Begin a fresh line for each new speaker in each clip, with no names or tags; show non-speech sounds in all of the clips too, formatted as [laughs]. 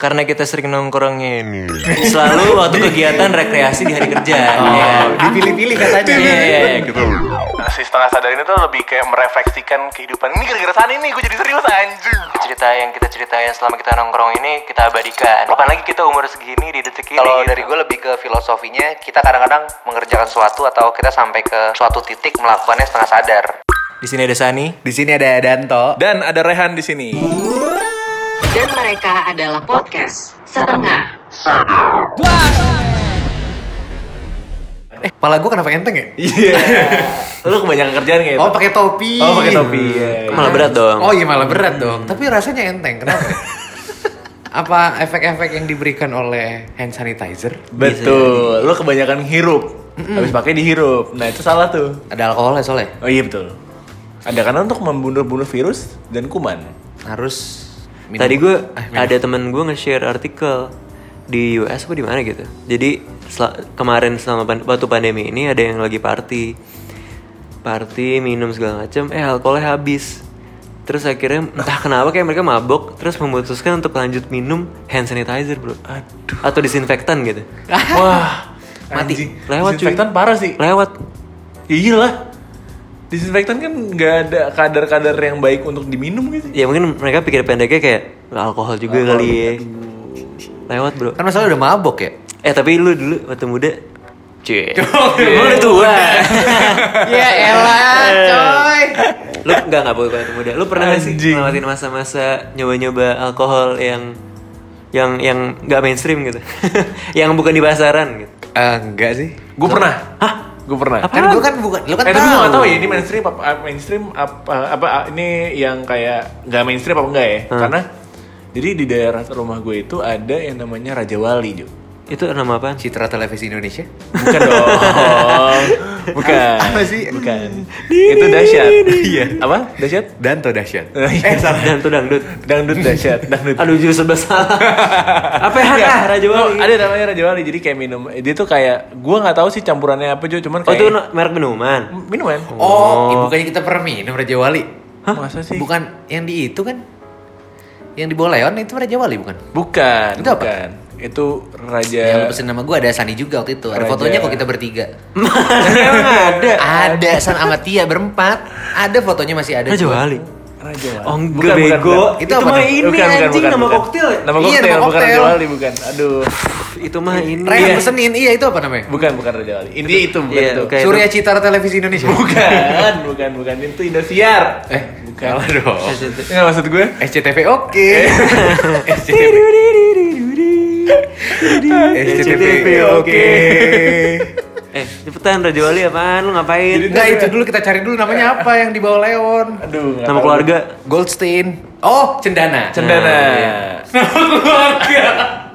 karena kita sering nongkrongnya ini
Iya.
selalu waktu kegiatan rekreasi di hari kerja ya.
Oh, Dipilih-pilih katanya.
Iya, iya, iya, gitu.
si setengah sadar ini tuh lebih kayak merefleksikan kehidupan ini gara-gara sana ini gue jadi serius anjing
cerita yang kita ceritain selama kita nongkrong ini kita abadikan apalagi kita umur segini di detik ini
Kalau
gitu.
dari gue lebih ke filosofinya, kita kadang-kadang mengerjakan suatu atau kita sampai ke suatu titik melakukannya setengah sadar.
di sini ada Sani
Di sini ada Danto.
dan Kan ada Rehan di sini
Dan mereka adalah podcast setengah
Eh, kepala gue kenapa enteng ya? [laughs]
lu kebanyakan kerjaan kayak
Oh, pakai topi.
oh pakai topi ya.
malah berat dong
Oh iya malah berat dong. Tapi rasanya enteng. Kenapa? Apa efek-efek yang diberikan oleh hand sanitizer?
betul lu kebanyakan hirup habis pakai dihirup nah itu salah tuh
Ada ya, alkoholnya soalnya.
oh iya betul ada karena untuk membunuh-bunuh virus dan [laughs] kuman
Harus minum. Ah,
Tadi gue ada temen gue nge-share artikel di US apa di mana gitu. Jadi sel- kemarin selama pan- waktu pandemi ini ada yang lagi party, party minum segala macam, eh alkoholnya habis. Terus akhirnya entah kenapa kayak mereka mabok, terus memutuskan untuk lanjut minum hand sanitizer bro, atau disinfektan gitu.
wah
Mati.
anjing.
Lewat, cuy.
disinfektan parah sih
Lewat
Ya iyalah. Disinfektan kan nggak ada kadar-kadar yang baik untuk diminum gitu.
ya mungkin mereka pikir pendeknya kayak alkohol juga kali ya. Lewat bro.
Kan masalah udah mabok ya?
Eh tapi lu dulu waktu muda Cie Lu udah tua
[laughs] Ya elah, coy.
Lu enggak enggak boleh waktu muda Lu pernah nggak sih
Anjing.
ngelewatin masa-masa nyoba-nyoba alkohol yang yang yang nggak mainstream gitu [laughs] yang bukan di pasaran gitu
Eh, enggak sih.
Gue pernah. Hah? Gue pernah.
Kan gue kan bukan, lu kan
eh, tapi gue gak
tahu.
tau ya ini mainstream apa apa- mainstream apa, eh, apa ini yang kayak nggak mainstream apa enggak ya? Karena jadi di daerah rumah gue itu ada yang namanya Raja Wali, Jo.
itu nama apaan sih
Citra Televisi Indonesia.
Bukan dong. Bukan.
Apa sih?
Bukan. itu dahsyat. Iya. Apa? Dahsyat?
Danto dahsyat.
Eh,
dan tuh dangdut
Dangdut dahsyat. Dangdut
aduh jurus serba salah [laughs] apa ya
Enggak.
ah, raja wali
No, ada namanya Raja Wali jadi kayak minum. Dia tuh kayak gua nggak tahu sih campurannya apa Jo, cuman
oh
kayak
itu no- merek minuman
M- minuman.
Oh, eh, bukannya kita pernah minum Raja Wali?
Masa sih?
Bukan
Bukan.
yang di itu kan? Yang di Boleon itu Raja Wali bukan?
Bukan.
Itu apa?
bukan. Itu Raja
Yang lu pesen nama gue ada Sani juga waktu itu. Ada
Iya. Raja.
fotonya kok kita bertiga.
emang ada
ada San sama Tia berempat. Ada fotonya masih ada.
raja
juga.
wali
Raja Wali.
oh
Bukan,
enggak
bukan,
bego
bukan.
Itu
itu
apa
mah
tuh?
ini
Bukan, bukan,
anjing
bukan,
nama
bukan.
koktil ya?
Nama
Iya,
koktil,
nama
bukan Raja
koktil.
Wali, bukan. Aduh.
itu mah ini ya.
Ray yang
Iya.
pesenin, iya itu apa namanya?
Bukan, bukan Raja Wali. Ini itu bukan
Iya,
itu.
oke. Kayak
Surya Citra Televisi Indonesia.
[laughs] Bukan, bukan, bukan. Itu Indosiar. Eh, bukan.
Salah dong.
Eh,
Enggak maksud [laughs] gue.
SCTV
[laughs]
oke. SCTV.
[laughs]
SCTV oke.
Eh, cepetan Raja Wali apaan? Lu ngapain?
Enggak itu dulu kita cari dulu namanya apa yang dibawa Leon.
Aduh, nggak
Nama
tahu.
keluarga?
Goldstein. Oh, Cendana.
Cendana.
Nah, iya.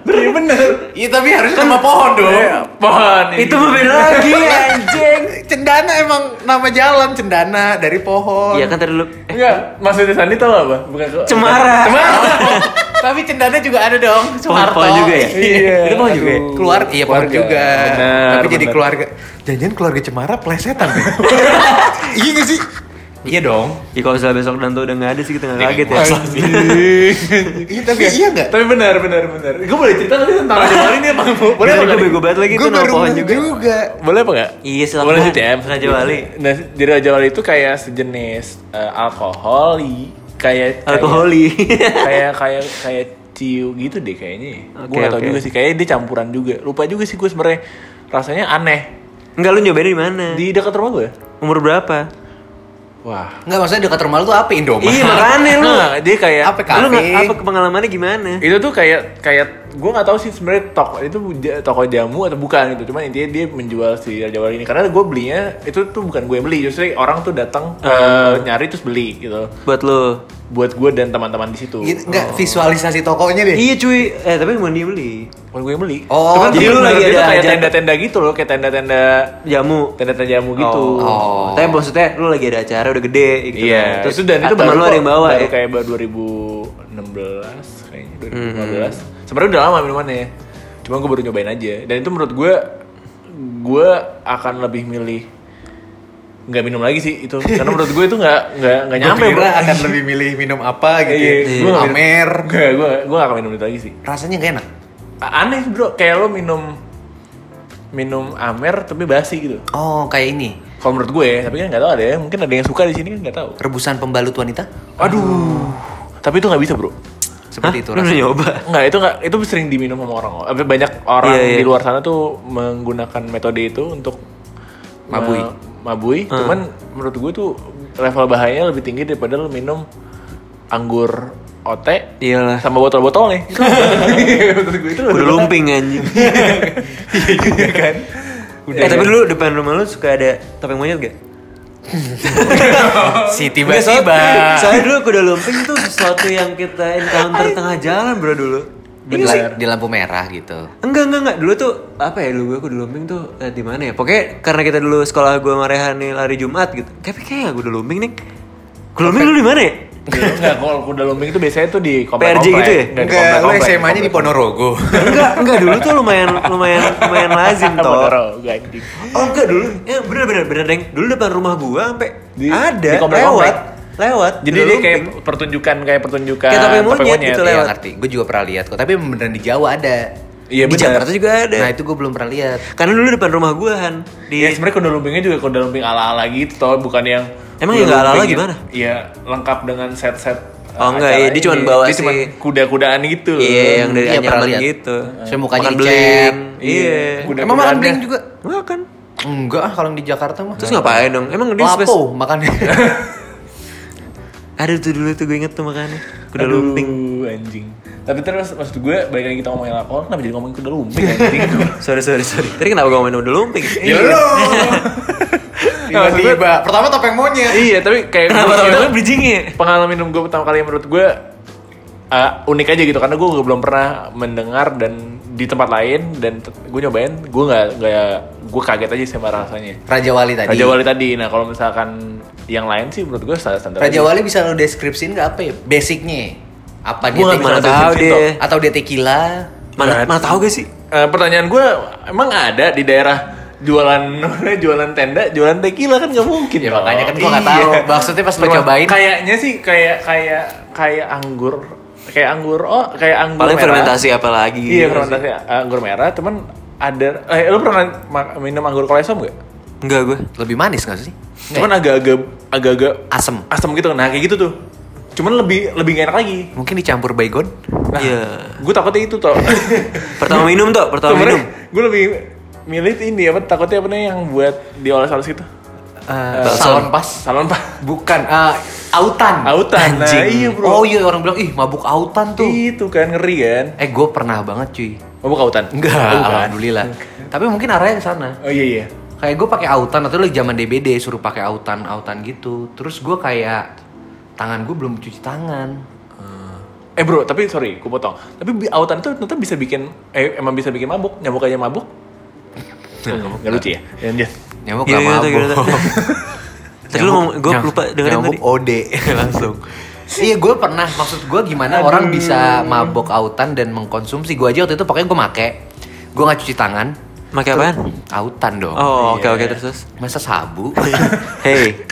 Iya bener.
Iya tapi harusnya nama pohon dong.
Pohon. Iya, ini.
Itu mah beda [laughs] lagi anjing.
Cendana emang nama jalan Cendana dari pohon.
Iya kan tadi lu eh,
Enggak, maksudnya Sandi tau apa? Bukan ke-
Cemara.
[laughs] tapi Cendana juga ada dong.
Pohon,
Soeharto.
pohon juga ya?
Iya.
Itu pohon juga ya?
Aduh.
Keluar, iya pohon
Keluarga.
juga.
Benar,
tapi jadi
benar.
keluarga. Jangan-jangan keluarga Cemara plesetan. ya? iya gak sih? Iya dong.
Ya kalau misalnya besok Danto udah gak ada sih kita gak kaget ya
Iya tapi iya nggak?
Tapi benar, benar, benar. Gue boleh cerita nggak sih tentang Raja Wali ini apa? [laughs] Boleh apa?
Gila,
nggak
gue
nih?
bego banget lagi itu
Gue
nama
baru
pohon
ngeh
juga
juga.
Boleh apa nggak?
Iya silakan
Boleh sih, Tem.
Raja Wali
Nah, jadi Raja Wali itu kayak sejenis eh, alkoholi, kayak kayak-
Alkoholi [laughs]
kayak kayak kayak ciu gitu deh kayaknya. gue
Oke,
gak tau
oke.
juga sih, kayaknya dia campuran juga. Lupa juga sih gue sebenarnya rasanya aneh.
Enggak lu nyobainnya di mana?
Di dekat rumah gue.
Umur berapa?
Wah.
Enggak maksudnya dekat rumah lu tuh apa Indomie?
[laughs] Iya makanya lu
Nah, dia kayak
Apa
Lu nggak-
kafe?
apa pengalamannya gimana?
itu tuh kayak kayak gue nggak tahu sih sebenarnya toko itu ja- toko jamu atau bukan gitu cuman intinya dia menjual si Raja Wali ini karena gue belinya itu tuh bukan gue yang beli justru orang tuh datang
Ah.
eh, nyari terus beli gitu
Buat lu
buat gue dan teman-teman di situ
Gitu, Nggak visualisasi tokonya deh.
Iya cuy, eh tapi bukan dia beli
bukan gue yang beli
Oh,
cuman
jadi lu
temen-temen
lagi
dia tuh
ada
kayak
aja-
tenda-tenda gitu loh kayak tenda-tenda
Jamu
tenda-tenda jamu gitu
Oh. Tapi maksudnya lu lagi ada acara udah gede gitu.
Iya, itu
Terus
dan itu
teman
baru
lu ada
kok-
yang bawa
baru
ya.
kayak baru 2016 kayaknya 2015. Sebenarnya udah lama minumannya. ya. Cuma gue baru nyobain aja. Dan itu menurut gue gue akan lebih milih nggak minum lagi sih itu karena menurut gue itu nggak nggak nggak nyampe
Gua kira
bro.
akan lebih milih minum apa gitu
[laughs] Iya,
ya.
gua nggak minum-
Amer.
[laughs] nggak gue gue nggak akan minum itu lagi sih
Rasanya gak enak.
A- aneh bro kayak lo minum minum amer tapi basi gitu
Oh, kayak ini.
kalau menurut gue tapi kan nggak tahu ada yang mungkin ada yang suka di sini kan nggak tahu
Rebusan pembalut wanita?
aduh tapi itu nggak bisa bro
Seperti itu
Lu udah
rasanya.
nyoba?
Nggak, itu nggak itu sering diminum sama orang. Apa, Banyak orang
Iya, iya.
di luar sana tuh menggunakan metode itu untuk
Mabui.
me- mabui. Cuman menurut gue tuh level bahayanya lebih tinggi daripada lo minum anggur ote
Iyalah.
sama botol-botol nih. menurut gue itu
Udah lumping anjing. [laughs]
Iya kan.
eh tapi dulu depan rumah lu suka ada topeng monyet gak?
Si
Nggak, soalnya-
tiba-tiba.
Soalnya dulu kuda lumping tuh sesuatu yang kita encounter tengah jalan bro dulu.
Di, la-
Iya
di lampu merah gitu.
Enggak, enggak, enggak. Dulu tuh apa ya dulu gue kudu lumping tuh eh, di mana ya? Pokoknya karena kita dulu sekolah gue sama Rehan nih lari Jumat gitu. Tapi kayaknya kudu lumping nih. Kudu lumping dulu di mana ya?
Enggak, kalau kuda lumping itu biasanya tuh di komplek
PRJ gitu ya?
Nggak, di
Enggak, lu
komplek-komplek,
SMA-nya di
komplek. [laughs] Iya,
Ponorogo.
enggak, enggak dulu tuh lumayan lumayan lumayan
[laughs]
lazim toh.
Ponorogo, gue anjing.
Oh, enggak dulu. Ya bener bener bener Deng. Dulu depan rumah gue sampai
Di-
ada
di komplek-
lewat
komplek.
lewat.
Jadi
kuda
dia kayak
lumping.
pertunjukan kayak pertunjukan
Kayak topeng monyet gitu lah.
Iya
Lewat.
ngerti, gue juga pernah lihat kok. Tapi emang beneran di Jawa ada.
Iya,
di
benar.
Jakarta juga ada.
Nah itu gue belum pernah lihat.
karena dulu depan rumah gue Han di
Iya sebenarnya kuda lumpingnya juga kuda lumping ala-ala gitu toh, bukan yang kuda
Emang yang nggak ala-ala
lumping
gimana?
yang- Iya, lengkap dengan set-set uh,
Oh, nggak,
acara
iya, dia cuman
ini.
bawa
Dia cuman
si-
kuda-kudaan gitu loh.
Iya, yang dari
Iya, pernah
anyaman
lihat.
gitu.
Saya mukanya
Makan
dicet.
beling. Iya.
Kuda
Emang makan beling juga?
Makan.
Enggak ah kalau yang di Jakarta mah.
Nah.
Terus ngapain dong? Emang dia spes.
Lapo
[laughs]
makannya.
Ada tuh dulu tuh gue inget tuh makannya. Kuda
Aduh,
lumping.
anjing. Tapi terus maksud gue balik lagi kita ngomongin alkohol, kenapa jadi ngomongin kuda lumping
[laughs]
anjing?
Sorry sorry sorry. Tadi kenapa gue main kuda lumping?
Iya.
Ya Tiba-tiba. Pertama topeng monyet.
Iya, tapi kayak
Kenapa
menurut
tau
gue-
kan bridgingnya?
pengalaman minum gue pertama kali yang menurut gue uh, unik aja gitu karena gue belum pernah mendengar dan di tempat lain dan te- gue nyobain gue nggak nggak gue kaget aja sama rasanya
Raja Wali tadi.
Raja Wali tadi nah kalau misalkan yang lain sih menurut gue standar standar
Raja Wali bisa lo deskripsiin nggak apa ya? Basicnya apa dia
Gua nggak
Mana
tequila
bisa
tahu
Cincin
deh.
atau dia tequila?
Mana mana tahu gak sih?
Eh, pertanyaan gue emang ada di daerah jualan [laughs] jualan tenda jualan tequila kan nggak mungkin
Ya
dong.
makanya kan
[laughs]
gua nggak tahu. Maksudnya pas lo
Terus
cobain
kayaknya sih kayak kayak kayak anggur kayak anggur oh kayak anggur
Paling
merah.
fermentasi apa lagi? gitu
Iya fermentasi anggur merah, cuman ada eh lu pernah ma- minum anggur kolesom gak?
Enggak gue.
lebih manis nggak sih?
Cuman agak-agak agak-agak
Asem.
asam gitu. Nah, kayak gitu tuh. Cuman lebih lebih gak enak lagi.
Mungkin dicampur baygon.
Nah,
Iya.
gue takutnya itu toh.
[laughs]
Pertama minum tuh, pertama minum.
gue lebih milih ini apa takutnya apa nih yang buat dioles-oles gitu.
Eh,
Balsam.
salon pas.
Salon Pak.
Bukan eh, autan.
Autan. Nah,
Anjing.
iya, Bro.
Oh iya orang bilang ih mabuk autan tuh.
Itu kan ngeri kan.
Eh gue pernah banget cuy.
Mabuk autan.
Enggak,
Oh, bukan.
alhamdulillah. Tapi mungkin arahnya ke sana.
Oh iya iya.
Kayak gue pakai autan atau lagi zaman DBD suruh pakai autan autan gitu. Terus gue kayak tangan gue belum cuci tangan.
Eh bro, tapi sorry, gue potong. Tapi bi- autan itu ternyata bisa bikin, eh, emang bisa bikin mabuk, nyamuk aja mabuk. Gak lucu ya? Jangan dia.
Nyamuk
Gila,
gak
gila, gila,
mabuk.
gila. Oh, [laughs] Tadi lu ngomong, gue lupa dengerin tadi.
iya, Nyamuk
[laughs]
ode langsung. Iya gue pernah maksud gue gimana orang bisa mabok autan dan mengkonsumsi gue aja waktu itu pokoknya gue make gue nggak cuci tangan
Pakai apaan?
autan dong
Oh, oke oke terus. terus.
masa sabu [laughs]
Hey,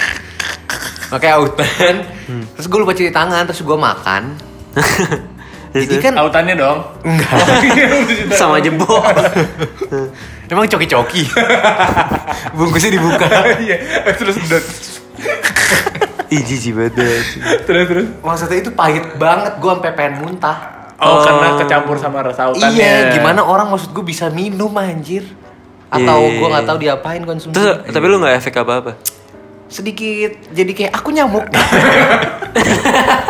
pakai autan
Hmm.
terus gue lupa cuci tangan terus gue makan jadi kan
Autannya dong. [laughs] Iya, Enggak.
sama jebol.
[laughs] emang coki-coki bungkusnya dibuka
[laughs] Iya, terus terus
[laughs] Ih, jijik banget. dah, anjing.
terus terus.
maksudnya itu pahit banget gue sampai pengen muntah
Oh, karena kecampur sama rasa autannya.
iya gimana orang maksud gue bisa minum anjir atau
Iya.
gue nggak tahu diapain konsumsi
Terus, tapi lu gak efek apa-apa?
sedikit jadi kayak aku
[laughs]
nyamuk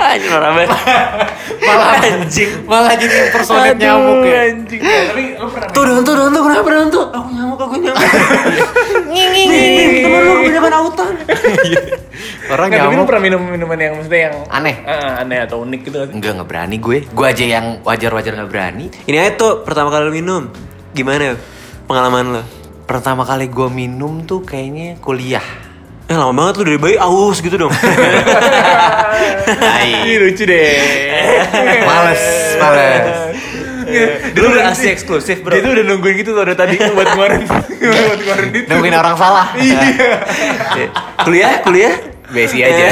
Anjing orang banget.
malah anjing malah jadi personet
Aduh,
nyamuk ya
Anjing. Eh, Tapi lu pernah
Tuh, dan tuh, dan tuh, kenapa dan tuh? Aku nyamuk, aku nyamuk.
nging
Temen lu kebanyakan autan.
orang
Nggak, tapi lu pernah minum minuman yang maksudnya yang
Aneh.
Eh, eh, aneh atau unik gitu nggak sih?
enggak nggak berani gue gue aja yang wajar wajar nggak berani
Ini aja tuh pertama kali lu minum. Gimana pengalaman lo?
pertama kali gue minum tuh kayaknya kuliah
Eh lama banget lu dari bayi aus gitu
[laughs]
dong.
Ih, lucu deh.
Males, males.
Dulu udah asli eksklusif bro.
Dia tuh udah nungguin gitu tuh dari tadi buat
[laughs]
kemarin. buat kemarin itu.
Nungguin orang salah. Eh,
Iya. kuliah, kuliah.
Besi aja.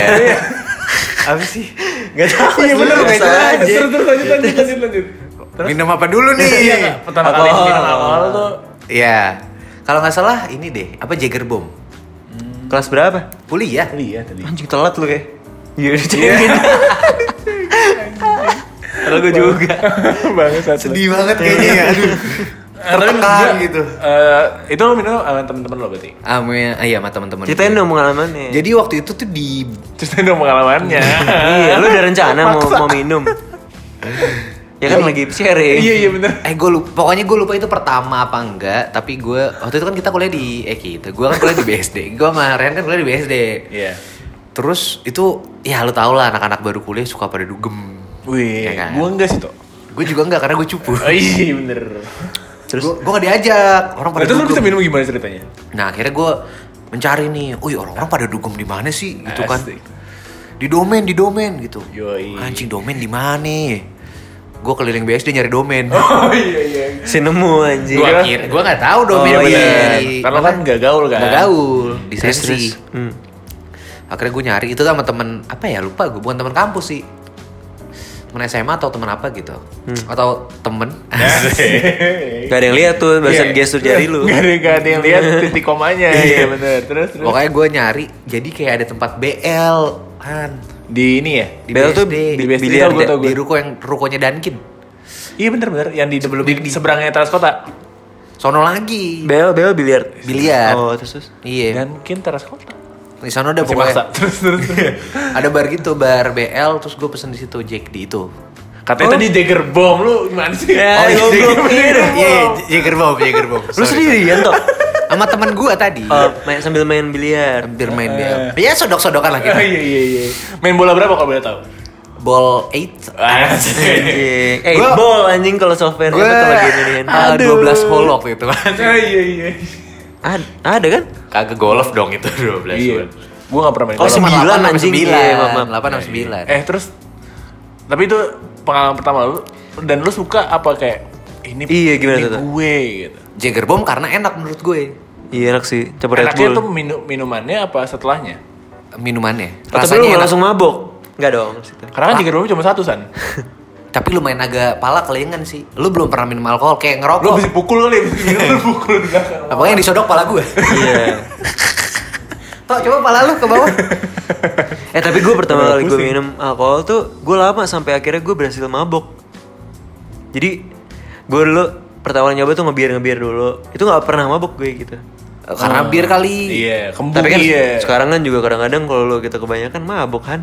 Apa sih? Gak tau.
Eh, Iya bener
Biasa
kayak gitu.
aja.
Terus terus lanjut lanjut lanjut lanjut.
Minum apa dulu
Iya,
nih?
Kak. pertama kali
Alkohol.
minum alkohol tuh
Iya. Kalau nggak salah ini deh, apa Jagger Bomb?
Hmm.
Kelas berapa?
Kuliah.
Iya tadi.
Anjing telat lu kayak. Iya udah
[laughs]
cengin. Kalau gue juga.
[laughs] Bangsat.
[laughs] Sedih banget kayaknya ya.
[laughs]
Aduh.
Eh, tapi maksud
Tertekan
gua,
gitu.
eh, itu lo minum sama temen-temen lo berarti?
Amin. Ah, Iya, sama teman-teman.
Ceritain dong ya. pengalamannya.
Jadi waktu itu tuh di
Ceritain dong pengalamannya.
iya, lu udah rencana mau mau minum. ya kan lagi sharing.
[laughs] Iya iya bener.
Eh gue lupa, pokoknya gue lupa itu pertama apa enggak Tapi gue, waktu itu kan kita kuliah di, eh kita, gue kan kuliah di BSD Gue sama Ren kan kuliah di BSD
Iya.
Terus itu, ya lu tau lah anak-anak baru kuliah suka pada dugem Ya
Wih,
kan?
gua enggak sih tuh.
Gue juga enggak karena gue cupu
Oh, iya bener.
Terus? Gue gak diajak, orang
Nah,
pada
terus lo
dugem
bisa minum gimana ceritanya?
Nah akhirnya gue mencari nih, uy orang-orang pada dugem di mana sih gitu kan
Asik.
Di domain, di domain gitu
Yoi.
Anjing domain di mana Gue keliling BSD nyari domain Iya
[laughs]
kan?
Oh iya iya.
Si nemu anjing.
Gue kira, gue gak tau domain
Oh,
di-
iya.
Karena kan nggak gaul kan.
Nggak gaul di
Terus,
sensi.
terus. Hmm.
Akhirnya gue nyari itu sama temen apa ya lupa gue bukan temen kampus sih. Temen SMA atau temen apa gitu.
Hmm.
Atau temen.
Ya,
[laughs]
Gak ada yang lihat tuh barusan gestur jari lu.
Iya. Gak ada, gak ada yang
[laughs]
lihat titik komanya. Iya bener. Terus terus.
Oh.
Pokoknya gue nyari jadi kayak ada tempat BL kan
Di ini ya.
di
Bel tuh
BSD,
Di
Di
BSD
biliar
tau gue
deh,
tau
di
gue.
ruko yang rukonya Dankin.
Iya bener bener. Yang di sebelum di, seberangnya Transkota.
Sono lagi.
Bel, bel, biliar.
Biliar.
Oh, terus terus.
iya.
Dan mungkin Transkota.
Di sono udah
Masih
pokoknya.
maksa. Terus terus.
Iya.
terus.
Ada bar gitu, bar BL terus gue pesen di situ Jack di itu.
Katanya tadi Jagger Bomb lu gimana sih?
Ya,
iya,
goblok.
Jager Bomb.
Iya,
[laughs] Iya, Jager Bomb, Jager Bomb.
Lu sendirian [laughs] toh?
Sama teman gue tadi.
Oh, Eh. main, sambil main biliar.
hampir main BL. Ya sodok-sodokan lah
Ah,
Oh,
kita.
Iya iya iya. Main bola berapa kalau
[laughs]
boleh tahu? [laughs] Oh,
Ball 8
Asik.
Anjing. Eh,
Gua-
bol anjing kalau software
Gue
apa kalau gini nih.
Ah, 12 hole waktu itu [laughs]
Ah, Iya iya.
Ad- ada kan?
Kagak golf dong itu 12
Iya.
hole
Gue gak pernah main bola.
Oh, sembilan anjing.
9
Iya, maaf, maaf.
8 sama 9
Eh terus tapi itu pengalaman pertama lu dan lu suka apa kayak ini
Iya, gimana
ini
tuh, tuh?
gue gitu.
Jagger Bomb karena enak menurut gue
Iya enak sih, coba Red
Enaknya
Bull.
tuh minu- minumannya apa setelahnya?
minumannya
Oh, tapi lu
rasanya
nggak
enak
langsung mabok? Enggak dong. maksudnya.
[laughs]
Karena kan jika dulu cuma satu san.
tapi lumayan agak pala kelingan sih lu belum pernah minum alkohol kayak
Lu
ngerokok
bisa pukul
[laughs]
kali, bisa minum gitu, lu pukul di belakang.
apalagi yang disodok pala [laughs] gue
Iya.
Tok coba pala lu ke [laughs] bawah
eh tapi gue pertama kali gue minum alkohol tuh gue lama sampai akhirnya gue berhasil mabok. Jadi gue dulu pertama kali nyoba tuh ngebiar ngebiar dulu. Itu nggak pernah mabok gue gitu.
karena bir kali
Iya, kembung
Tapi kan
iya.
sekarang kan juga kadang-kadang kalau lo kita kebanyakan mabok
[laughs]
kan.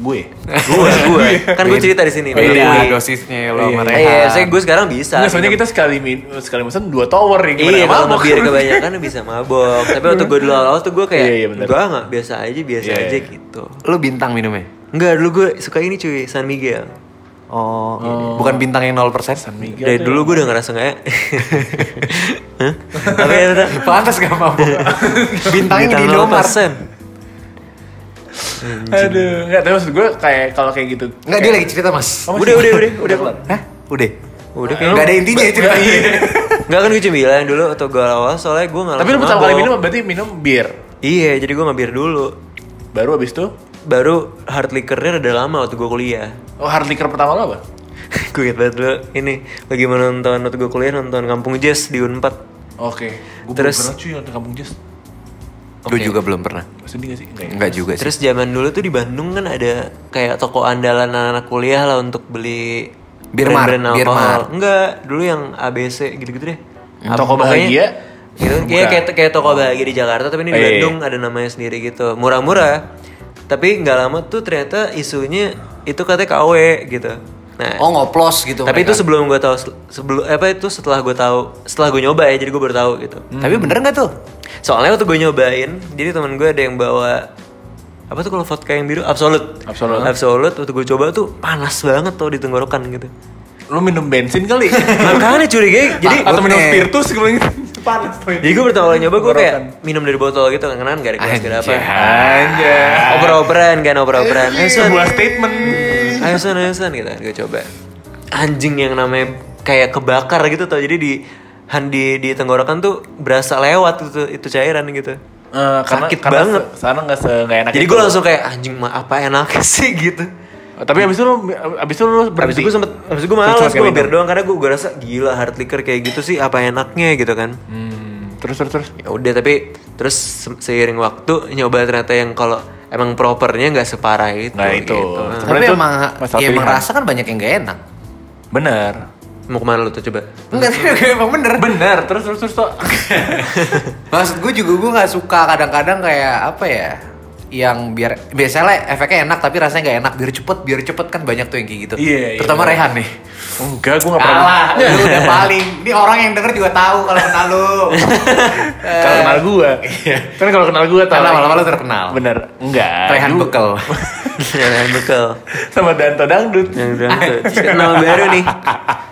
Gue. [laughs]
Gue gue
Iya.
kan gue cerita di sini.
beda dosisnya lu sama Rehan.
Iya, saya gue sekarang bisa.
Nggak, soalnya kita sekali min sekali mesen dua tower ya gimana
Iya
nggak
kalau
mabok?
ngebiar kebanyakan bisa mabok Tapi waktu gue dulu awal tuh gue kayak
Iya, iya,
Gue
bener.
gak biasa aja biasa
Iya,
aja
iya.
gitu
lu bintang minumnya
Enggak dulu gue suka ini cuy San Miguel
Oh, bukan bintang yang 0% San
Iya,
Miguel.
Dari dulu gue udah ngerasa
[laughs]
gak ya Hah? Apa ya Tata?
Pantas gak [laughs] mabok. Bintangnya di
Bintang
nomor.
0%.
[laughs] Aduh, enggak tahu maksud gue kayak kalau kayak gitu.
Enggak, dia lagi cerita, Mas.
Udah udah udah udah kelar
Hah? Udah.
Udah kayak
Enggak ada intinya itu. iya.
Enggak kan gue cuma bilang dulu Atau gue awal soalnya gue gak
Tapi lu pertama kali minum berarti minum bir.
Iya jadi gue ngebir dulu
Baru abis itu
Baru hard liquornya udah lama waktu gue kuliah [laughs]
Oh, hard liquor pertama lo apa?
Gue inget banget dulu ini Lagi menonton waktu gue kuliah nonton Kampung Jazz di Unpad
Oke. Gue
Terus-
belum pernah cuy nonton Kampung Jazz.
Gue juga belum pernah.
Sedih gak sih? Enggak ya?
Enggak juga sih.
Terus zaman dulu tuh di Bandung kan ada kayak toko andalan anak-anak kuliah lah untuk beli
Birmar,
brand-brand alkohol.
Birmar.
Enggak, dulu yang ABC gitu-gitu deh.
Hmm, toko bahagia?
Gitu. Iya kayak kayak toko bahagia di Jakarta tapi ini di
Oh, iya, iya.
Bandung ada namanya sendiri gitu. Murah-murah. Tapi nggak lama tuh ternyata isunya itu katanya KW gitu. Nah,
Oh, ngoplos gitu.
tapi itu
mereka.
sebelum gue tahu sebelum apa itu setelah gue tahu setelah gue nyoba ya jadi gue baru tahu gitu.
Hmm. Tapi bener gak tuh?
Soalnya waktu gue nyobain, jadi teman gue ada yang bawa apa tuh kalau vodka yang biru absolut.
Absolut.
Absolut waktu gue coba tuh panas banget tuh di tenggorokan gitu.
Hmm. Lu minum bensin kali? [laughs]
Makanya curiga jadi
Atau minum
Takutnya.
spiritus gue bilang gitu. Itu panas tuh.
Jadi gue pertama kali nyoba gue kayak
Tenggorokan.
minum dari botol gitu kan gak ada gelas gak ada apa.
Anjay.
Oper-operan kan oper-operan. Ayo Son,
Sebuah statement.
ayo Son, ayo Son gitu. Gue coba. Anjing yang namanya kayak kebakar gitu tau. Jadi di han- di di tenggorokan tuh berasa lewat gitu itu cairan gitu.
Eh, karena,
Sakit
karena
banget.
se- Sana nggak se nggak enak.
Jadi
itu.
gue langsung kayak gitu. anjing mah apa enak sih gitu.
Oh, Tapi abis itu lu abis itu lu
Habis
berhenti.
itu gue sempet, habis itu gue
Terus
malas
cuma
gue
kayak
mampir
minum.
doang karena gue gue rasa gila hard liquor kayak gitu sih apa enaknya gitu kan.
Hmm, terus terus terus.
ya udah tapi terus se- seiring waktu nyoba ternyata yang kalau emang propernya nggak separah itu
Nah, itu.
gitu. Nah,
Sebenarnya
Tapi
itu
emang,
masalah
ya emang
pilihan.
rasa kan banyak yang gak enak.
Bener.
mau kemana lu tuh coba [laughs]
[laughs] Enggak, emang bener.
Bener. Terus terus terus [laughs] tuh.
Maksud gue juga gue nggak suka kadang-kadang kayak apa ya yang biar biasanya efeknya enak tapi rasanya nggak enak biar cepet biar cepet kan banyak tuh yang kayak gitu
Iya, iya.
terutama Rehan nih
Enggak, gue nggak [laughs] pernah.
kalah lu udah paling ini orang yang denger juga tahu kalau kenal lu
[laughs] Kalau kenal [laughs] gue. Kan kalau kenal gue tahu.
Karena lama-lama lu terkenal.
Bener. Enggak.
Rehan
Gua- [laughs]
bekel
yang bekel
Sama Danto Dangdut.
yang bilang tuh kenal baru nih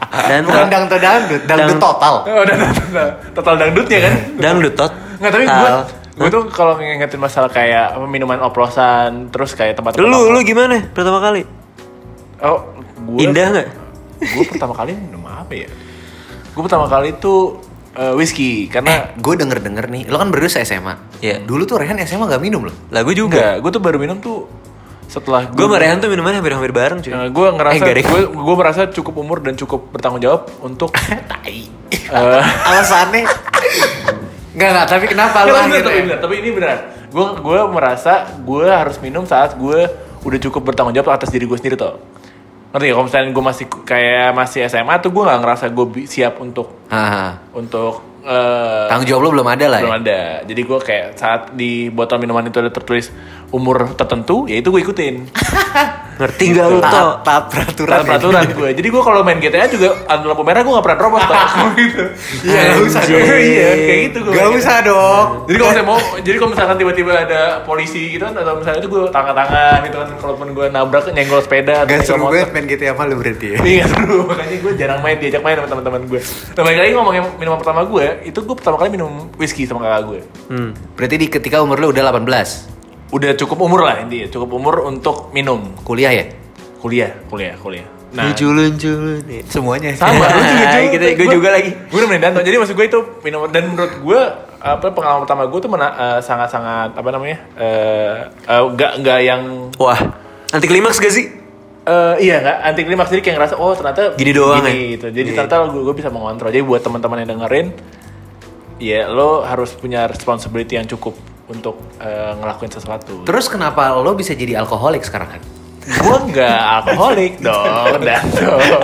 dan
bukan dangdut dangdut dangdut
Dang-
total
Oh, Danto Dangdut. Total Dangdutnya [laughs] kan.
dangdut tot
Enggak, tapi gue
Tal.
gue tuh kalau ngingetin masalah kayak apa, minuman oplosan, terus kayak tempat
lu lu gimana pertama kali
Oh, gue
indah nggak
Gue pertama kali minum apa ya? Gue pertama kali tuh eh, whiskey karena
gue denger denger nih lo kan berdua se SMA
Iya.
dulu tuh Rehan SMA gak minum loh
lah gue juga
enggak, gue tuh baru minum tuh setelah
gue sama Rehan tuh minumannya hampir hampir bareng cuy
Eh, gue ngerasa
Eh, nggak deh.
gue gue merasa cukup umur dan cukup bertanggung jawab
[laughs]
untuk Eh, tai.
alasannya
[laughs]
Enggak, enggak, tapi kenapa lu
tapi,
akhirnya?
bener, tapi ini beneran. Gue gue merasa gue harus minum saat gue udah cukup bertanggung jawab atas diri gue sendiri tuh. Ngerti ya, kalau misalnya gue masih kayak masih SMA tuh gue nggak ngerasa gue bi- siap untuk
Ah,
untuk eh,
tanggung jawab lu belum ada lah ya?
belum ada. Jadi gue kayak saat di botol minuman itu ada tertulis umur tertentu, ya itu gue ikutin.
ngerti nggak lu
Taat,
tau
taat peraturan.
Peraturan, ya. peraturan gue. Jadi gue kalau main GTA juga ada lampu merah gue gak pernah terobos tau. gitu.
[laughs] Iya, nggak usah
Iya,
dong.
Iya, kayak gitu gue.
Gak usah dong.
Jadi kalau misalnya mau, jadi kalau misalkan tiba-tiba ada polisi gitu kan, atau misalnya itu gue tangan-tangan gitu kan, kalaupun gue nabrak nyenggol sepeda, atau
Gak
nyenggol
seru
motor.
banget main GTA sama lu berarti ya.
Iya gak seru, makanya gue jarang main, diajak main sama teman-teman gue. Nah balik lagi ngomongin minuman pertama gue, itu gue pertama kali minum whisky sama kakak gue.
hmm.
Berarti di ketika umur lu udah 18.
Udah cukup umur lah intinya, cukup umur untuk minum.
Kuliah ya?
Kuliah, kuliah, kuliah.
[laughs]
Nah,
culun culun nih
Semuanya.
sama, lu juga juga.
Kita- gue juga lagi.
Gue udah Danto, jadi maksud gue itu minum, dan menurut gue apa pengalaman pertama gue tuh mena- eh, sangat-sangat apa namanya eh eh, nggak nggak yang
wah anti klimaks gak sih
Eh, iya nggak anti klimaks jadi kayak ngerasa oh ternyata
Gini doang ya?
gitu jadi ternyata gue, gue bisa mengontrol jadi buat teman-teman yang dengerin ya lo harus punya responsibility yang cukup untuk eh, ngelakuin sesuatu
Terus kenapa lo bisa jadi alkoholik sekarang kan?
gue nggak
[laughs]
alkoholik dong dan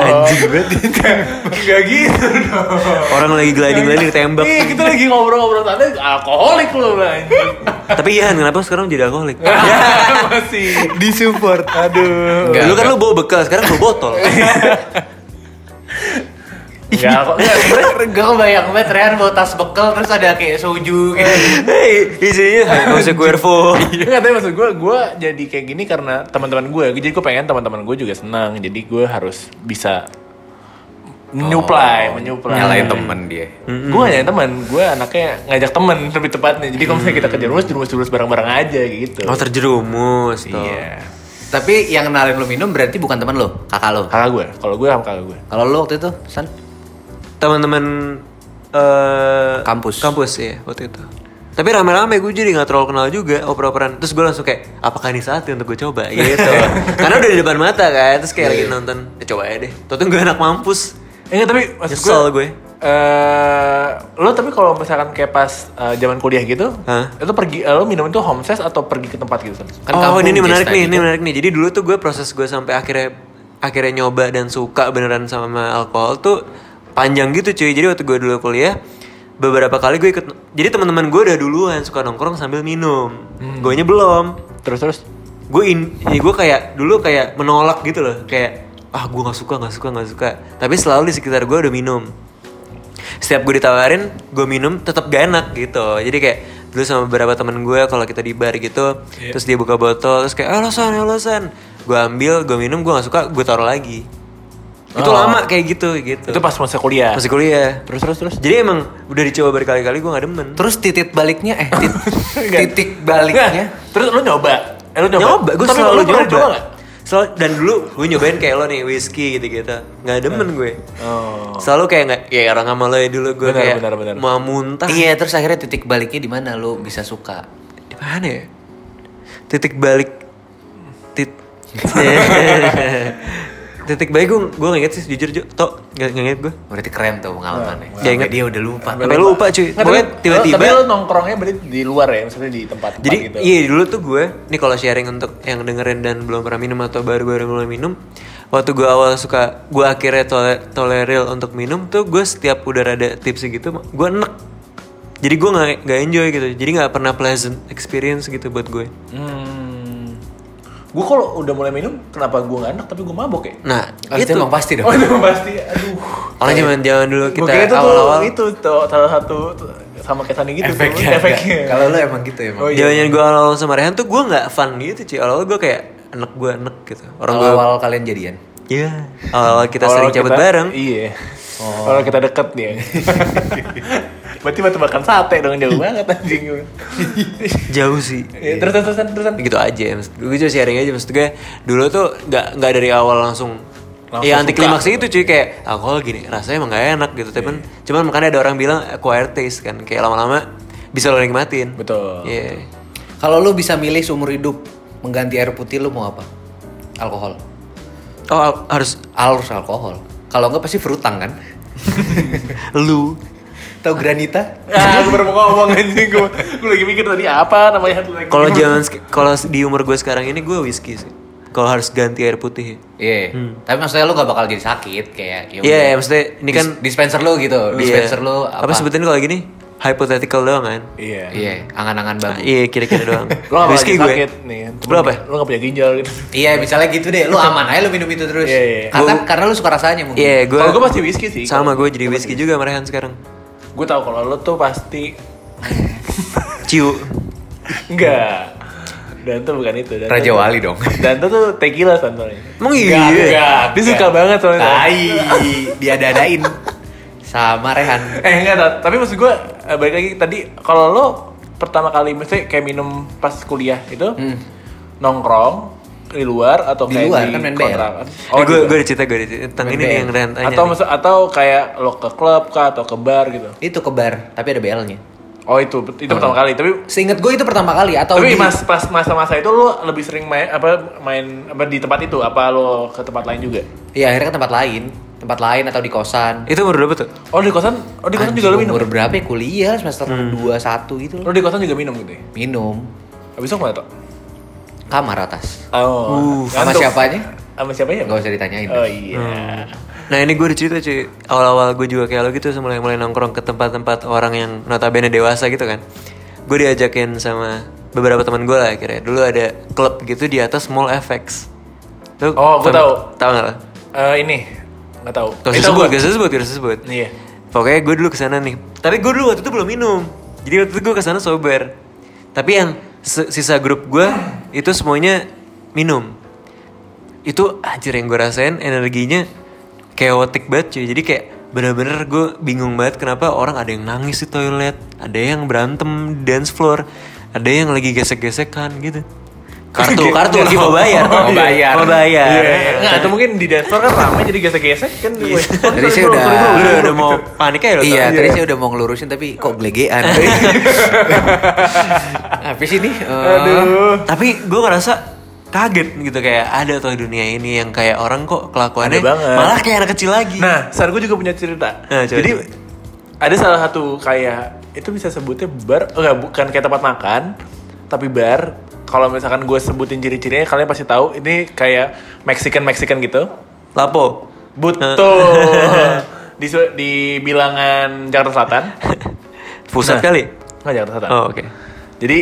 anjing nggak gitu dong
orang lagi gliding gliding tembak
Ih, kita lagi ngobrol-ngobrol tadi alkoholik lo anjing
tapi iya kenapa sekarang jadi alkoholik Ya,
[laughs] masih
iya.
Disupport.
aduh
Enggak, Iya.
Dulu kan lu bawa bekal, sekarang bawa botol.
[laughs]
nggak
[laughs]
alko- nggak,
Gue kebayang banget Rehan bawa tas bekal terus ada kayak soju gitu.
Eh, Hei, isinya Jose Cuervo.
Iya.
Enggak, tapi maksud gue, gue jadi kayak gini karena teman-teman gue. Jadi gue pengen teman-teman gue juga senang. Jadi gue harus bisa menyuplai,
Oh.
menyuplai.
Nyalain temen dia.
Gue gak nyalain teman, gue anaknya ngajak temen [laughs] lebih tepatnya. Jadi kalau misalnya kita ke rumus, rumus-rumus bareng-bareng aja gitu.
Hmm. Oh terjerumus toh.
Iya.
Tapi yang kenalin lo minum berarti bukan temen lo, kakak lo.
Kakak gue, kalau gue sama kakak gue.
Kalau lo waktu itu, San?
Teman-teman eh
Kampus.
Kampus ya waktu itu. Tapi rame-rame gue jadi gak terlalu kenal juga oper-operan Terus gue langsung kayak Apakah ini saatnya untuk gue coba
[laughs]
gitu Karena udah di depan mata kan Terus kayak
Iya,
lagi nonton Ya coba aja deh Tau-tau gue anak mampus
Eh, Enggak, tapi maksud gue...
Nyesel gue.
eh, lo tapi kalau misalkan kayak pas eh, zaman kuliah gitu,
Hah?
itu pergi, eh, lo minum itu homestay atau pergi ke tempat gitu? San?
oh
kan kampung
ini, ini menarik
Jesta
nih, ini
gitu.
menarik nih. Jadi dulu tuh gue proses gue sampai akhirnya akhirnya nyoba dan suka beneran sama alkohol tuh panjang gitu cuy. Jadi waktu gue dulu kuliah beberapa kali gue ikut. Jadi teman-teman gue udah duluan suka nongkrong sambil minum. Gue nya belum.
Terus-terus?
Gue in, ya gue kayak dulu kayak menolak gitu loh. Kayak ah gue nggak suka nggak suka nggak suka. Tapi selalu di sekitar gue udah minum. Setiap gue ditawarin, gue minum tetap gak enak gitu. Jadi kayak dulu sama beberapa temen gue kalau kita di bar gitu,
Iya.
terus dia buka botol, terus kayak, eh losan, eh losan. Gue ambil, gue minum, gue gak suka, gue taruh lagi. Itu
Oh.
lama kayak gitu gitu.
Itu pas masa kuliah.
masih kuliah.
Terus terus terus.
Jadi emang udah dicoba berkali-kali gue gak demen.
Terus titik baliknya eh [laughs] tit-
Enggak.
titik baliknya
Nggak, Kan? Nah, Terus lu nyoba. Eh, lu nyoba.
nyoba, gue
Tapi
selalu
lu pernah
nyoba.
coba nggak?
Selalu, dan dulu gue nyobain kayak lo nih whisky gitu-gitu. Gak demen gue.
Oh.
Selalu kayak nggak ya orang sama lo ya dulu gue
Benar,
kayak
benar, benar.
mau muntah.
Iya, terus akhirnya titik baliknya di mana lu bisa suka?
Di mana ya? Titik balik tit [laughs] titik balik gue gue nggak inget sih jujur Ju. Tok nggak nggak inget gue
Berarti keren tuh pengalamannya.
Nggak inget.
dia udah lupa.
Sampai Nah, lupa Nah, cuy.
Nggak,
Pokoknya
tapi-
tiba-tiba-
Tapi lu nongkrongnya berarti di luar ya, maksudnya di tempat-tempat
Jadi
gitu.
iya dulu tuh gue ini kalau sharing untuk yang dengerin dan belum pernah minum atau baru-baru mulai minum waktu gue awal suka gue akhirnya tole toleril untuk minum tuh gue setiap udah rada tipsy gitu gue enek jadi gue nggak nggak enjoy gitu jadi nggak pernah pleasant experience gitu buat gue
Hmm. Gue kalau udah mulai minum, kenapa gue nggak enak tapi gue mabok ya?
nah
Oh, itu
itu
emang pasti [laughs] dong.
Oh itu pasti, aduh.
orang zaman zaman dulu
Gua
kita
kira itu tuh
awal-awal
itu tuh, salah satu tuh, sama kayak tadi gitu. tuh,
Efeknya.
efeknya.
Kalau lu emang gitu emang.
Oh, iya.
zaman gue awal-awal sama Rehan tuh gue nggak fun gitu cuy awal-awal gue kayak enek gue enek gitu orang gue
Awal-awal kalian jadian.
Iya, awal-awal kita
Kalau
sering cabut bareng Oh.
Iya. Kalau kita deket dia. [laughs] Berarti batu makan sate dong jauh banget anjing.
[laughs] jauh sih
Iya.
Ya, terus terus terus terus.
gitu aja maksud gue gue sharing aja maksud gue dulu tuh nggak nggak dari awal langsung
Langsung
ya anti
suka.
klimaks gitu cuy kayak alkohol gini rasanya emang gak enak gitu
Iya,
tapi cuman makanya ada orang bilang acquired taste kan kayak lama-lama bisa lo nikmatin
Betul.
Iya.
Kalau lu bisa milih seumur hidup mengganti air putih lu mau apa? Alkohol.
oh al- harus
Alus alkohol. Kalau enggak pasti frutang kan?
[laughs] lu
Tahu granita?
Ah, gue baru mau ngomong
[laughs]
anjing gue. Gue lagi mikir tadi apa namanya satu lagi.
kalau zaman sek- kalau di umur gue sekarang ini gue whisky sih kalau harus ganti air putih
Iya. Tapi maksudnya lu gak bakal jadi sakit kayak ya
Hmm. Iya,
udah.
iya, maksudnya ini
Dis-
kan-
dispenser lu gitu. Dispenser
Iya.
lu apa?
apa sebutin kalau gini hypothetical doang kan
Iya.
Iya, angan-angan babu.
iya kira-kira
[laughs]
doang
Lo gak lagi
whisky
sakit
gue
nih. Cuman
Lu apa?
Lo gak punya ginjal gitu.
Iya, misalnya gitu deh. Lu aman aja lu minum itu terus.
Iya, iya.
Karena karena lu suka rasanya mungkin.
Iya, gue
Kalau gue pasti whisky sih.
sama gue jadi whisky juga sama Rehan sekarang
Gue tahu kalau lo tuh pasti
Ciu
enggak. Dan tuh bukan itu. Dan
Raja Wali dong.
[laughs] Dan tuh tuh tequila santonya.
Emang iya?
Enggak, enggak. Nah, Dia suka banget soalnya.
Tai, [laughs] diadadain. Sama Rehan.
Eh enggak, Tat. tapi maksud gue eh, balik lagi tadi kalau lo pertama kali misalnya kayak minum pas kuliah itu nongkrong di luar atau
Hmm. Di
kayak
luar,
di
kan main
kontrakan.
Oh,
di
gue
luar.
gue ada cerita gue ada cerita tentang ini nih yang Rehan tanya.
gitu. atau maksud, atau kayak lo ke klub kah atau ke bar gitu.
Itu ke bar, tapi ada BL-nya.
Oh itu itu pertama kali tapi
Seingat gue itu pertama kali atau
tapi
di-
mas pas masa-masa itu lo lebih sering main apa main apa di tempat itu apa lo ke tempat lain juga?
Iya, akhirnya ke tempat lain, tempat lain atau di kosan.
itu umur berapa tuh?
Oh di kosan, oh di kosan juga lo
Anjing,
minum. Hmm.
Umur berapa ya? Kuliah semester 2 1 gitu
Lo
loh.
di kosan juga minum gitu ya?
Minum
Habis itu kemana tuh?
kamar atas. Uh,
Oh,
sama
ngantuk.
siapanya?
Sama siapanya?
Gak usah ditanyain.
Oh iya.
Nah ini gue ada cerita cuy Awal-awal gue juga kayak lo gitu Mulai mulai nongkrong ke tempat-tempat orang yang notabene dewasa gitu kan Gue diajakin sama beberapa teman gue lah akhirnya Dulu ada klub gitu di atas Mall FX Lo
Oh, gue tahu.
tau- Tau gak lo?
Eh, ini nggak tahu. Eh,
Gak usah
tahu
sebut,
gua.
gak usah sebut, gak usah sebut
Iya.
Pokoknya gue dulu kesana nih Tapi gue dulu waktu itu belum minum Jadi waktu itu gue kesana sober Tapi yang se- sisa grup gue Itu semuanya minum Itu anjir yang gue rasain energinya Chaotic banget cuy Jadi kayak bener-bener gue bingung banget Kenapa orang ada yang nangis di toilet Ada yang berantem di dance floor Ada yang lagi gesek-gesekan gitu Kartu, kartu lagi mau bayar
Oh, iya.
Mau bayar
Iya, iya. Nggak, atau mungkin di dance floor kan ramai jadi gesek-gesek kan. Iya.
Jadi saya udah-
Lu udah mau panik aja lo tau.
Iya, tadi saya udah mau ngelurusin tapi kok
[laughs]
gelegean. Habis ini eh,
Aduh.
tapi gue ngerasa kaget gitu kayak ada tuh dunia ini yang kayak orang kok kelakuannya
Ada banget.
malah kayak anak kecil lagi
Nah, saat gue juga punya cerita.
Nah, coba,
jadi
coba.
ada salah satu kayak itu bisa sebutnya bar, enggak bukan kayak tempat makan, tapi bar. Kalau misalkan gue sebutin ciri-cirinya, kalian pasti tahu ini kayak Mexican Mexican gitu.
lapo
Betul. di, su- di bilangan Jakarta
[laughs]
Selatan.
pusat
Nah.
kali
Nggak Jakarta Selatan.
oh oke
Jadi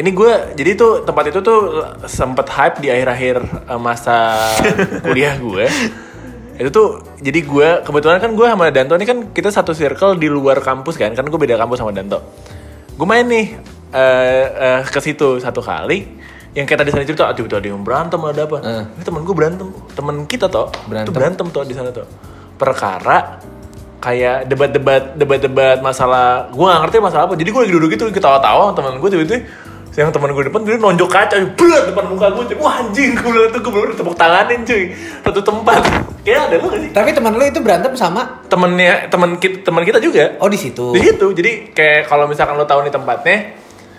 ini gue, jadi tuh tempat itu tuh sempet hype di akhir-akhir eh,
[laughs]
masa kuliah gue. Itu tuh, jadi gue kebetulan kan gue sama Danto ini kan kita satu circle di luar kampus kan, kan gue beda kampus sama Danto. Gue main nih eh eh, ke situ satu kali. yang kayak tadi sana cerita ah, tiba-tiba ada yang berantem ada apa
Eh.
ini temen gue berantem temen kita toh
Berantem.
tuh berantem toh di sana toh perkara kayak debat-debat debat-debat masalah gue gak ngerti masalah apa jadi gue lagi duduk gitu ketawa-tawa sama temen gue tiba-tiba yang temen gue depan dia nonjok kaca berat depan muka gue cuy. wah anjing gue bilang tuh gue belum tepuk tanganin cuy satu tempat [laughs] kayak ada lu gak sih
Tapi teman lu itu berantem sama
temennya temen kita temen kita juga
oh di situ.
di situ jadi kayak kalau misalkan lo tahu nih tempatnya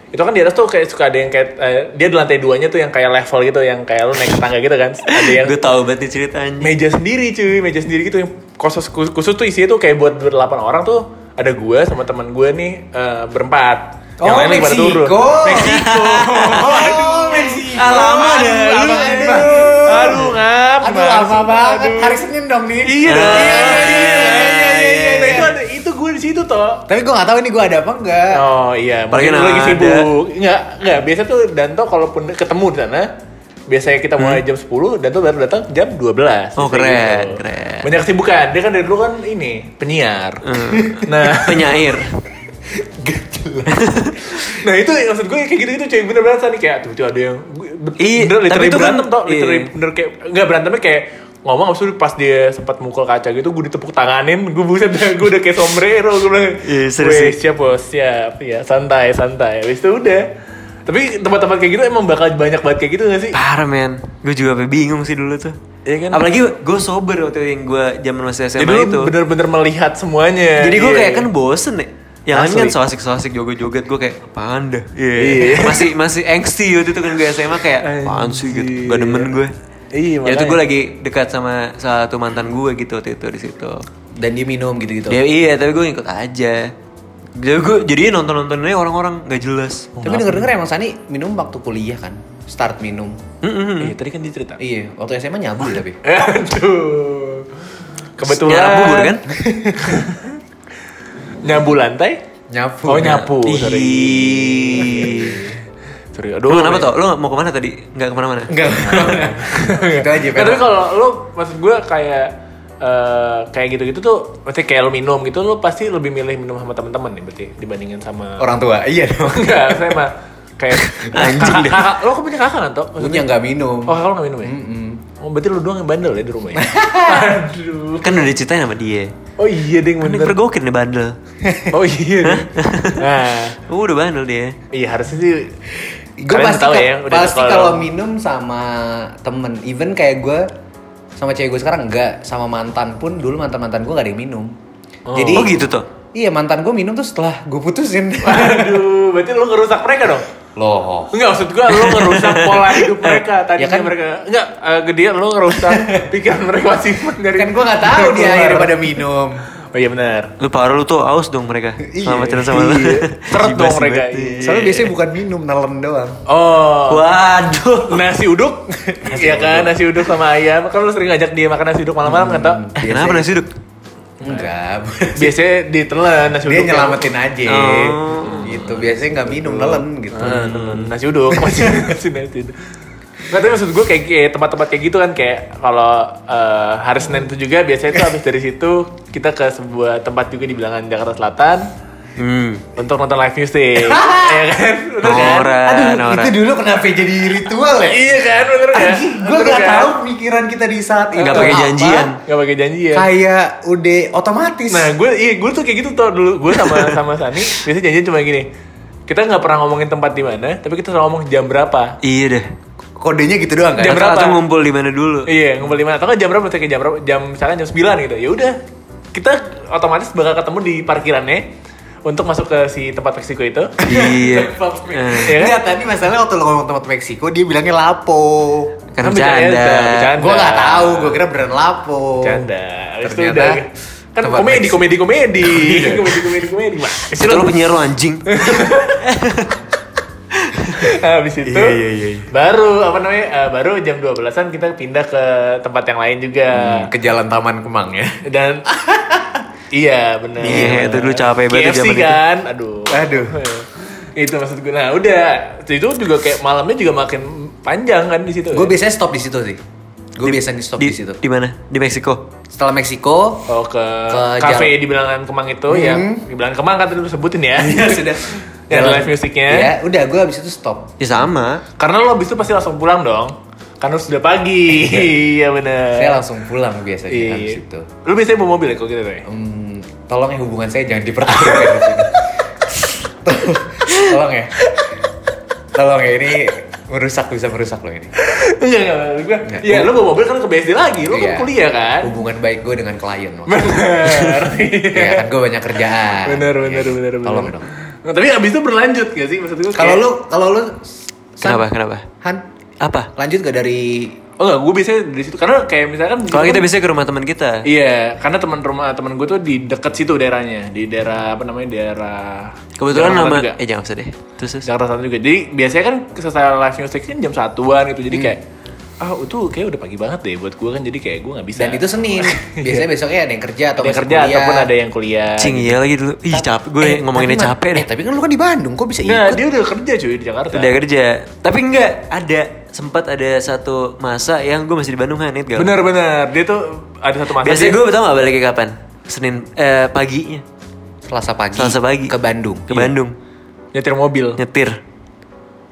itu kan di atas tuh kayak suka ada yang kayak eh, dia di lantai duanya tuh yang kayak level gitu yang kayak lo naik ke tangga gitu kan ada yang
gue tahu banget nih ceritanya
[laughs] meja sendiri cuy meja sendiri gitu yang khusus khusus tuh isinya tuh kayak buat berdelapan orang tuh ada gue sama teman gue nih eh, berempat
Oh,
lain lagi pada
Meksiko.
Meksiko
Oh, Meksiko.
Alamak,
Aduh,
dah.
aduh,
aduh aduh ngap
Aduh,
Mas.
lama banget. Hari Senin dong nih.
iya dong
Ah,
iya iya iya iya iya, iya
iya,
Nah, itu ada itu gue di situ toh
Tapi gue gak tahu ini gue ada apa enggak.
Oh iya,
Apalagi
mungkin lu lagi
ada.
sibuk. Enggak, enggak. Biasa tuh Danto kalaupun ketemu di sana, biasanya kita mulai jam 10, Danto baru datang jam 12.
Hmm. Oh,
Biasanya
keren, keren.
gitu.
Hmm.
Banyak kesibukan. Dia kan dari dulu kan ini, penyiar.
[laughs]
nah,
penyair
gak jelas. nah itu yang maksud gue kayak gitu-gitu cuy bener-bener tadi kayak tuh tuh ada yang gue-
Iya,
bener
tapi
literally
itu kan-
berantem tau literally
iya.
bener kayak nggak berantemnya kayak ngomong abis itu pas dia sempat mukul kaca gitu gue ditepuk tanganin gue buset [laughs] dah gue udah kayak sombrero gue bilang
Iya, serius
"Weh,
sih."
siap bos siap ya santai santai abis itu udah tapi tempat-tempat kayak gitu emang bakal banyak banget kayak gitu gak sih
parah men gue juga sampai bingung sih dulu tuh
Iya kan? Ya,
apalagi gue sober waktu yang gue zaman masih SMA
jadi lu
itu
bener-bener melihat semuanya
jadi gue
Iya.
kayak kan bosen nih yang lain
Asli.
kan soasik soasik joget joget gue kayak apaan dah
Iya.
Iya. masih masih angsty waktu itu kan gue SMA kayak apaan sih gitu gak demen gue
Iya,
ya
makanya.
itu gue lagi dekat sama salah satu mantan gue gitu waktu itu di situ
Dan dia minum gitu-gitu.
dia iya tapi gue ngikut aja jadi gue jadi nonton nontonnya orang-orang gak jelas
Tapi denger-denger emang Sani minum waktu kuliah kan. Start minum.
Mm-mm.
iya tadi kan dia cerita
Iya, waktu SMA nyabu tapi.
[laughs] aduh kebetulan
Nyerap bubur kan
nyabu lantai
Nyabu.
Oh nyapu, sorry.
Ih.
Sorry, aduh.
Lu kenapa toh? Lu mau kemana tadi? Nggak kemana-mana?
Enggak. Itu aja.
Nah, tapi kalau lu maksud gue kayak eh, kayak gitu-gitu tuh berarti kayak lu minum gitu lu pasti lebih milih minum sama teman-teman nih berarti dibandingin sama
orang tua. Iya dong.
enggak saya mah kayak
Anjing
kakak, kakak lo kok punya kakak kan toh
Punya nggak minum.
oh kakak lo nggak minum ya oh berarti lu doang yang bandel ya di rumah ya aduh
Kan udah diceritain sama dia.
oh iya ding
Kan
bener
dipergokin nih bandel.
[laughs] oh iya ding. [laughs] nah
Uh, udah bandel dia.
iya harusnya sih
Gue
kalian
pasti
tahu
ka-
ya, udah
pasti
kalau-
kalau minum sama temen, even kayak gue sama cewek gue sekarang enggak, sama mantan pun dulu mantan mantan gue gak ada yang minum. Jadi
Oh gitu toh.
Iya mantan gue minum tuh setelah gue putusin.
[laughs] aduh berarti lu ngerusak mereka dong
Loh.
Enggak maksud gua lu ngerusak
[laughs]
pola hidup mereka
Ya
tadi
kan?
mereka enggak eh, gede lu
[laughs]
ngerusak pikiran mereka masih dari
Kan gue nggak tahu dia akhirnya pada minum.
Oh iya benar.
Lu parah lu tuh aus dong mereka. Sama pacaran sama lu. [laughs]
Iya. Seret dong
Gibas
mereka.
banget.
Iya.
Soalnya biasanya bukan minum, nelen doang.
Oh.
Waduh.
Nasi uduk. Iya kan nasi uduk sama ayam. Kan lu sering ngajak dia makan nasi uduk malam-malam kan tau?
Eh, Kenapa nasi uduk?
Enggak.
Biasanya ditelan nasi uduk.
dia nyelamatin aja. Gitu biasanya nggak minum, nelen gitu.
Ah. Hmm, nasi uduk [laughs] masih nasi nasi uduk. Nggak, tapi maksud gue kayak, kayak tempat-tempat kayak gitu kan kayak kalau eh, hari Senin itu juga biasanya itu habis dari situ kita ke sebuah tempat juga di bilangan Jakarta Selatan
Hmm.
untuk nonton live
[laughs]
music. Iya kan? Bener kan?
Nora,
Aduh,
Nora.
itu dulu kenapa jadi ritual ya?
Iya kan, bener kan?
gue
Bener
nggak
kan?
tahu pikiran kita di saat itu
Nggak pakai
apa.
janjian.
Nggak pakai janji ya.
kayak udah otomatis
Nah, gue iya gue tuh kayak gitu tau dulu. Gue
[laughs]
sama sama Sani biasanya janjian cuma gini. Kita nggak pernah ngomongin tempat di mana, tapi kita selalu ngomong jam berapa.
Iya deh.
kodenya gitu doang
Jam
kan
berapa?
Atau ngumpul di mana dulu?
Iya, ngumpul di mana? Atau nggak jam berapa? Misalnya jam berapa? Jam misalkan jam 9 gitu. Ya udah, kita otomatis bakal ketemu di parkirannya untuk masuk ke si tempat Meksiko itu. [laughs] Iya
Iya.
kan?
Enggak, tadi masalahnya waktu lo ngomong tempat Meksiko dia bilangnya lapo
Kan
Kan
bercanda,
bercanda.
bercanda.
gue nggak tahu gue kira beneran lapo
Canda. Habis itu
Ternyata
udah kan
tempat
komedi,
Meksiko.
komedi, komedi,
[laughs]
[laughs] komedi, komedi, komedi, Mas. Habis
Iya. Itu
itu-
lu penyiar lu anjing.
Habis itu
Iya, iya, iya, iya.
baru apa namanya? eh, baru jam 12-an kita pindah ke tempat yang lain juga.
Hmm.
ke jalan Taman Kemang ya
Dan [laughs] iya benar.
Iya, itu dulu capek banget
KFC
zaman itu.
kan. Aduh.
Aduh.
[laughs] itu maksud gue. Nah, udah. Itu juga kayak malamnya juga makin panjang kan di situ.
gue
ya?
biasanya stop di situ sih gue biasanya stop di, situ
Di mana? Di Meksiko.
setelah Meksiko
Oh ke,
Ke
Hmm.
[laughs] kafe di bilangan Kemang itu yang di bilangan Kemang kan tadi lu sebutin ya.
Iya, sudah.
Dan live musicnya.
Iya, udah gue abis itu stop.
Ya sama.
Karena lo abis itu pasti langsung pulang dong. Karena sudah pagi. iya bener.
Saya langsung pulang biasanya
Iya.
abis itu.
Lu biasanya bawa mobil ya kalau gitu tuh ya? [laughs]
Hmm, tolong ya hubungan saya jangan dipertaruhkan di sini. Tol- tolong ya. Tolong ya ini merusak bisa merusak loh ini.
Enggak, enggak, maksud gua.
Enggak.
Iya, lu bawa mobil kan ke BSD lagi, lu kan
Iya.
kuliah kan?
Hubungan baik gue dengan klien. maksudnya.
[laughs] Bener.
[laughs]
Iya.
Iya kan gue banyak kerjaan.
bener,
Iya,
bener, bener, bener.
Tolong dong.
Nah, tapi abis itu berlanjut gak sih? Maksud gue
Kalau lu, kalau lu, San,
Kenapa? Kenapa?
Han,
Apa?
lanjut gak dari
Oh enggak, gue biasanya dari situ Karena kayak misalkan
Kalau
gitu
kita
kan-
bisa ke rumah teman kita.
Iya, karena teman rumah teman gue tuh di deket situ daerahnya, di daerah apa namanya daerah
Kebetulan
daerah
nama
Jakarta
eh jangan usah deh. Terus
juga.
terus.
Jakarta Selatan juga. Jadi biasanya kan selesai live music kan jam satuan gitu, jadi
Hmm.
kayak ah itu kayak udah pagi banget deh buat gue kan, jadi kayak gue nggak bisa.
dan itu Senin. Biasanya besoknya ada yang kerja atau
Iya.
masih
ada yang kerja
kuliah.
ataupun ada yang kuliah.
Cing iya lagi dulu. Ih capek gue
Eh,
ngomonginnya
tapi, Ma,
capek deh.
Eh, tapi kan lu kan di Bandung, kok bisa
Nah
ikut?
dia udah kerja cuy di Jakarta.
Udah kerja. Tapi enggak ada sempat ada satu masa yang gue masih di Bandung Hanit gak?
Bener-bener dia tuh ada satu masa.
Biasanya
dia-
gue tau gak baliknya kapan? Senin eh, paginya,
Selasa pagi.
Selasa pagi.
Ke Bandung.
ke Bandung,
nyetir mobil.
nyetir.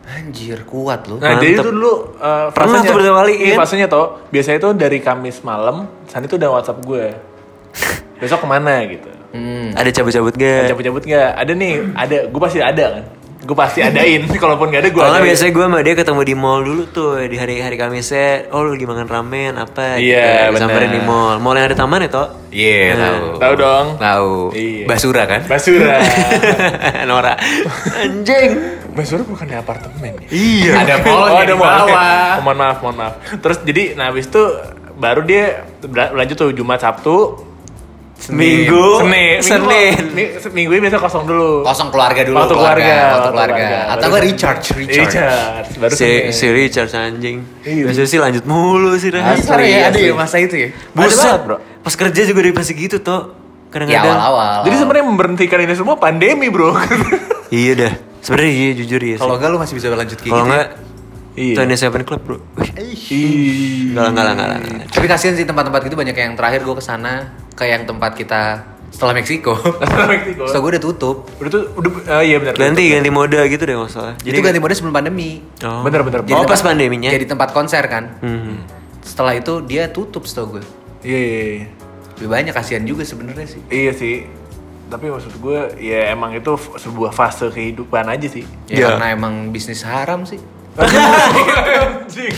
Anjir, kuat lu.
Nah, jadi
Mantep.
itu dulu uh,
Pernah
fasenya-
tuh pertama kali,
Iya,
kan?
fasenya tau. Biasanya tuh dari Kamis malam, Sandi tuh udah WhatsApp gue.
[laughs]
Besok kemana gitu.
Ada cabut-cabut gak?
Cabut-cabut nggak? Ada nih, ada. Gue pasti ada kan. Gue pasti
[laughs]
adain. Kalaupun nggak ada, gue
Kalau nggak
adain.
biasanya gue sama dia ketemu di mall dulu tuh di hari-hari Kamisnya. Oh lu lagi makan ramen apa?
Iya,
gitu. Samperin
benar.
di mall. Mall yang ada taman ya toh?
Iya, tahu.
Tahu dong.
Nah,
Tahu.
Iya.
Basura kan?
Basura.
[laughs] Nora. Anjing.
[laughs] Basura bukan di apartemen ya?
Iya. [laughs]
Ada mall
oh,
di
ada mall.
bawah.
Oh, mohon maaf, mohon maaf. Terus jadi, nah habis itu baru dia bela- lanjut tuh Jumat Sabtu.
Minggu,
Senin.
Senin.
Minggu, Minggu biasa kosong dulu.
Kosong keluarga dulu.
Waktu keluarga,
Waktu
waktu
keluarga.
keluarga.
Atau gue recharge, recharge.
Richard. Baru Senin.
Si, si Richard anjing.
Iya.
Biasanya sih lanjut mulu sih Ren.
Asli,
Asli,
ya, ada
asli.
ya masa itu ya?
Buset,
banget, bro.
Pas kerja juga dia pasti gitu toh.
Ya
Kadang-kadang.
awal-awal.
Jadi sebenarnya memberhentikan ini semua pandemi, Bro.
Iya dah. Sebenarnya iya jujur iya. sih.
kalau enggak lu masih bisa lanjut kayak
Kalau
gitu.
enggak
[laughs] Iya.
Tony Seven Club, Bro. Enggak lah, enggak lah, enggak lah. enggak lah.
Tapi kasihan sih tempat-tempat gitu banyak yang terakhir gue kesana ke yang tempat kita setelah [laughs] Meksiko.
Meksiko.
so gue udah tutup.
Udah tuh udah eh, iya benar.
Ganti ganti mode gitu deh masalah.
itu ganti mode sebelum pandemi.
Oh.
Bener bener.
Jadi- Oh, pas pandeminya?
Jadi tempat konser kan.
Mhm.
Setelah itu dia tutup setahu gue.
Iya iya, iya.
Lebih banyak kasihan juga sebenarnya sih.
Iya sih. Tapi maksud gue ya emang itu f- sebuah fase kehidupan aja sih.
Ya,
Iya.
karena emang bisnis haram sih.
Anjing.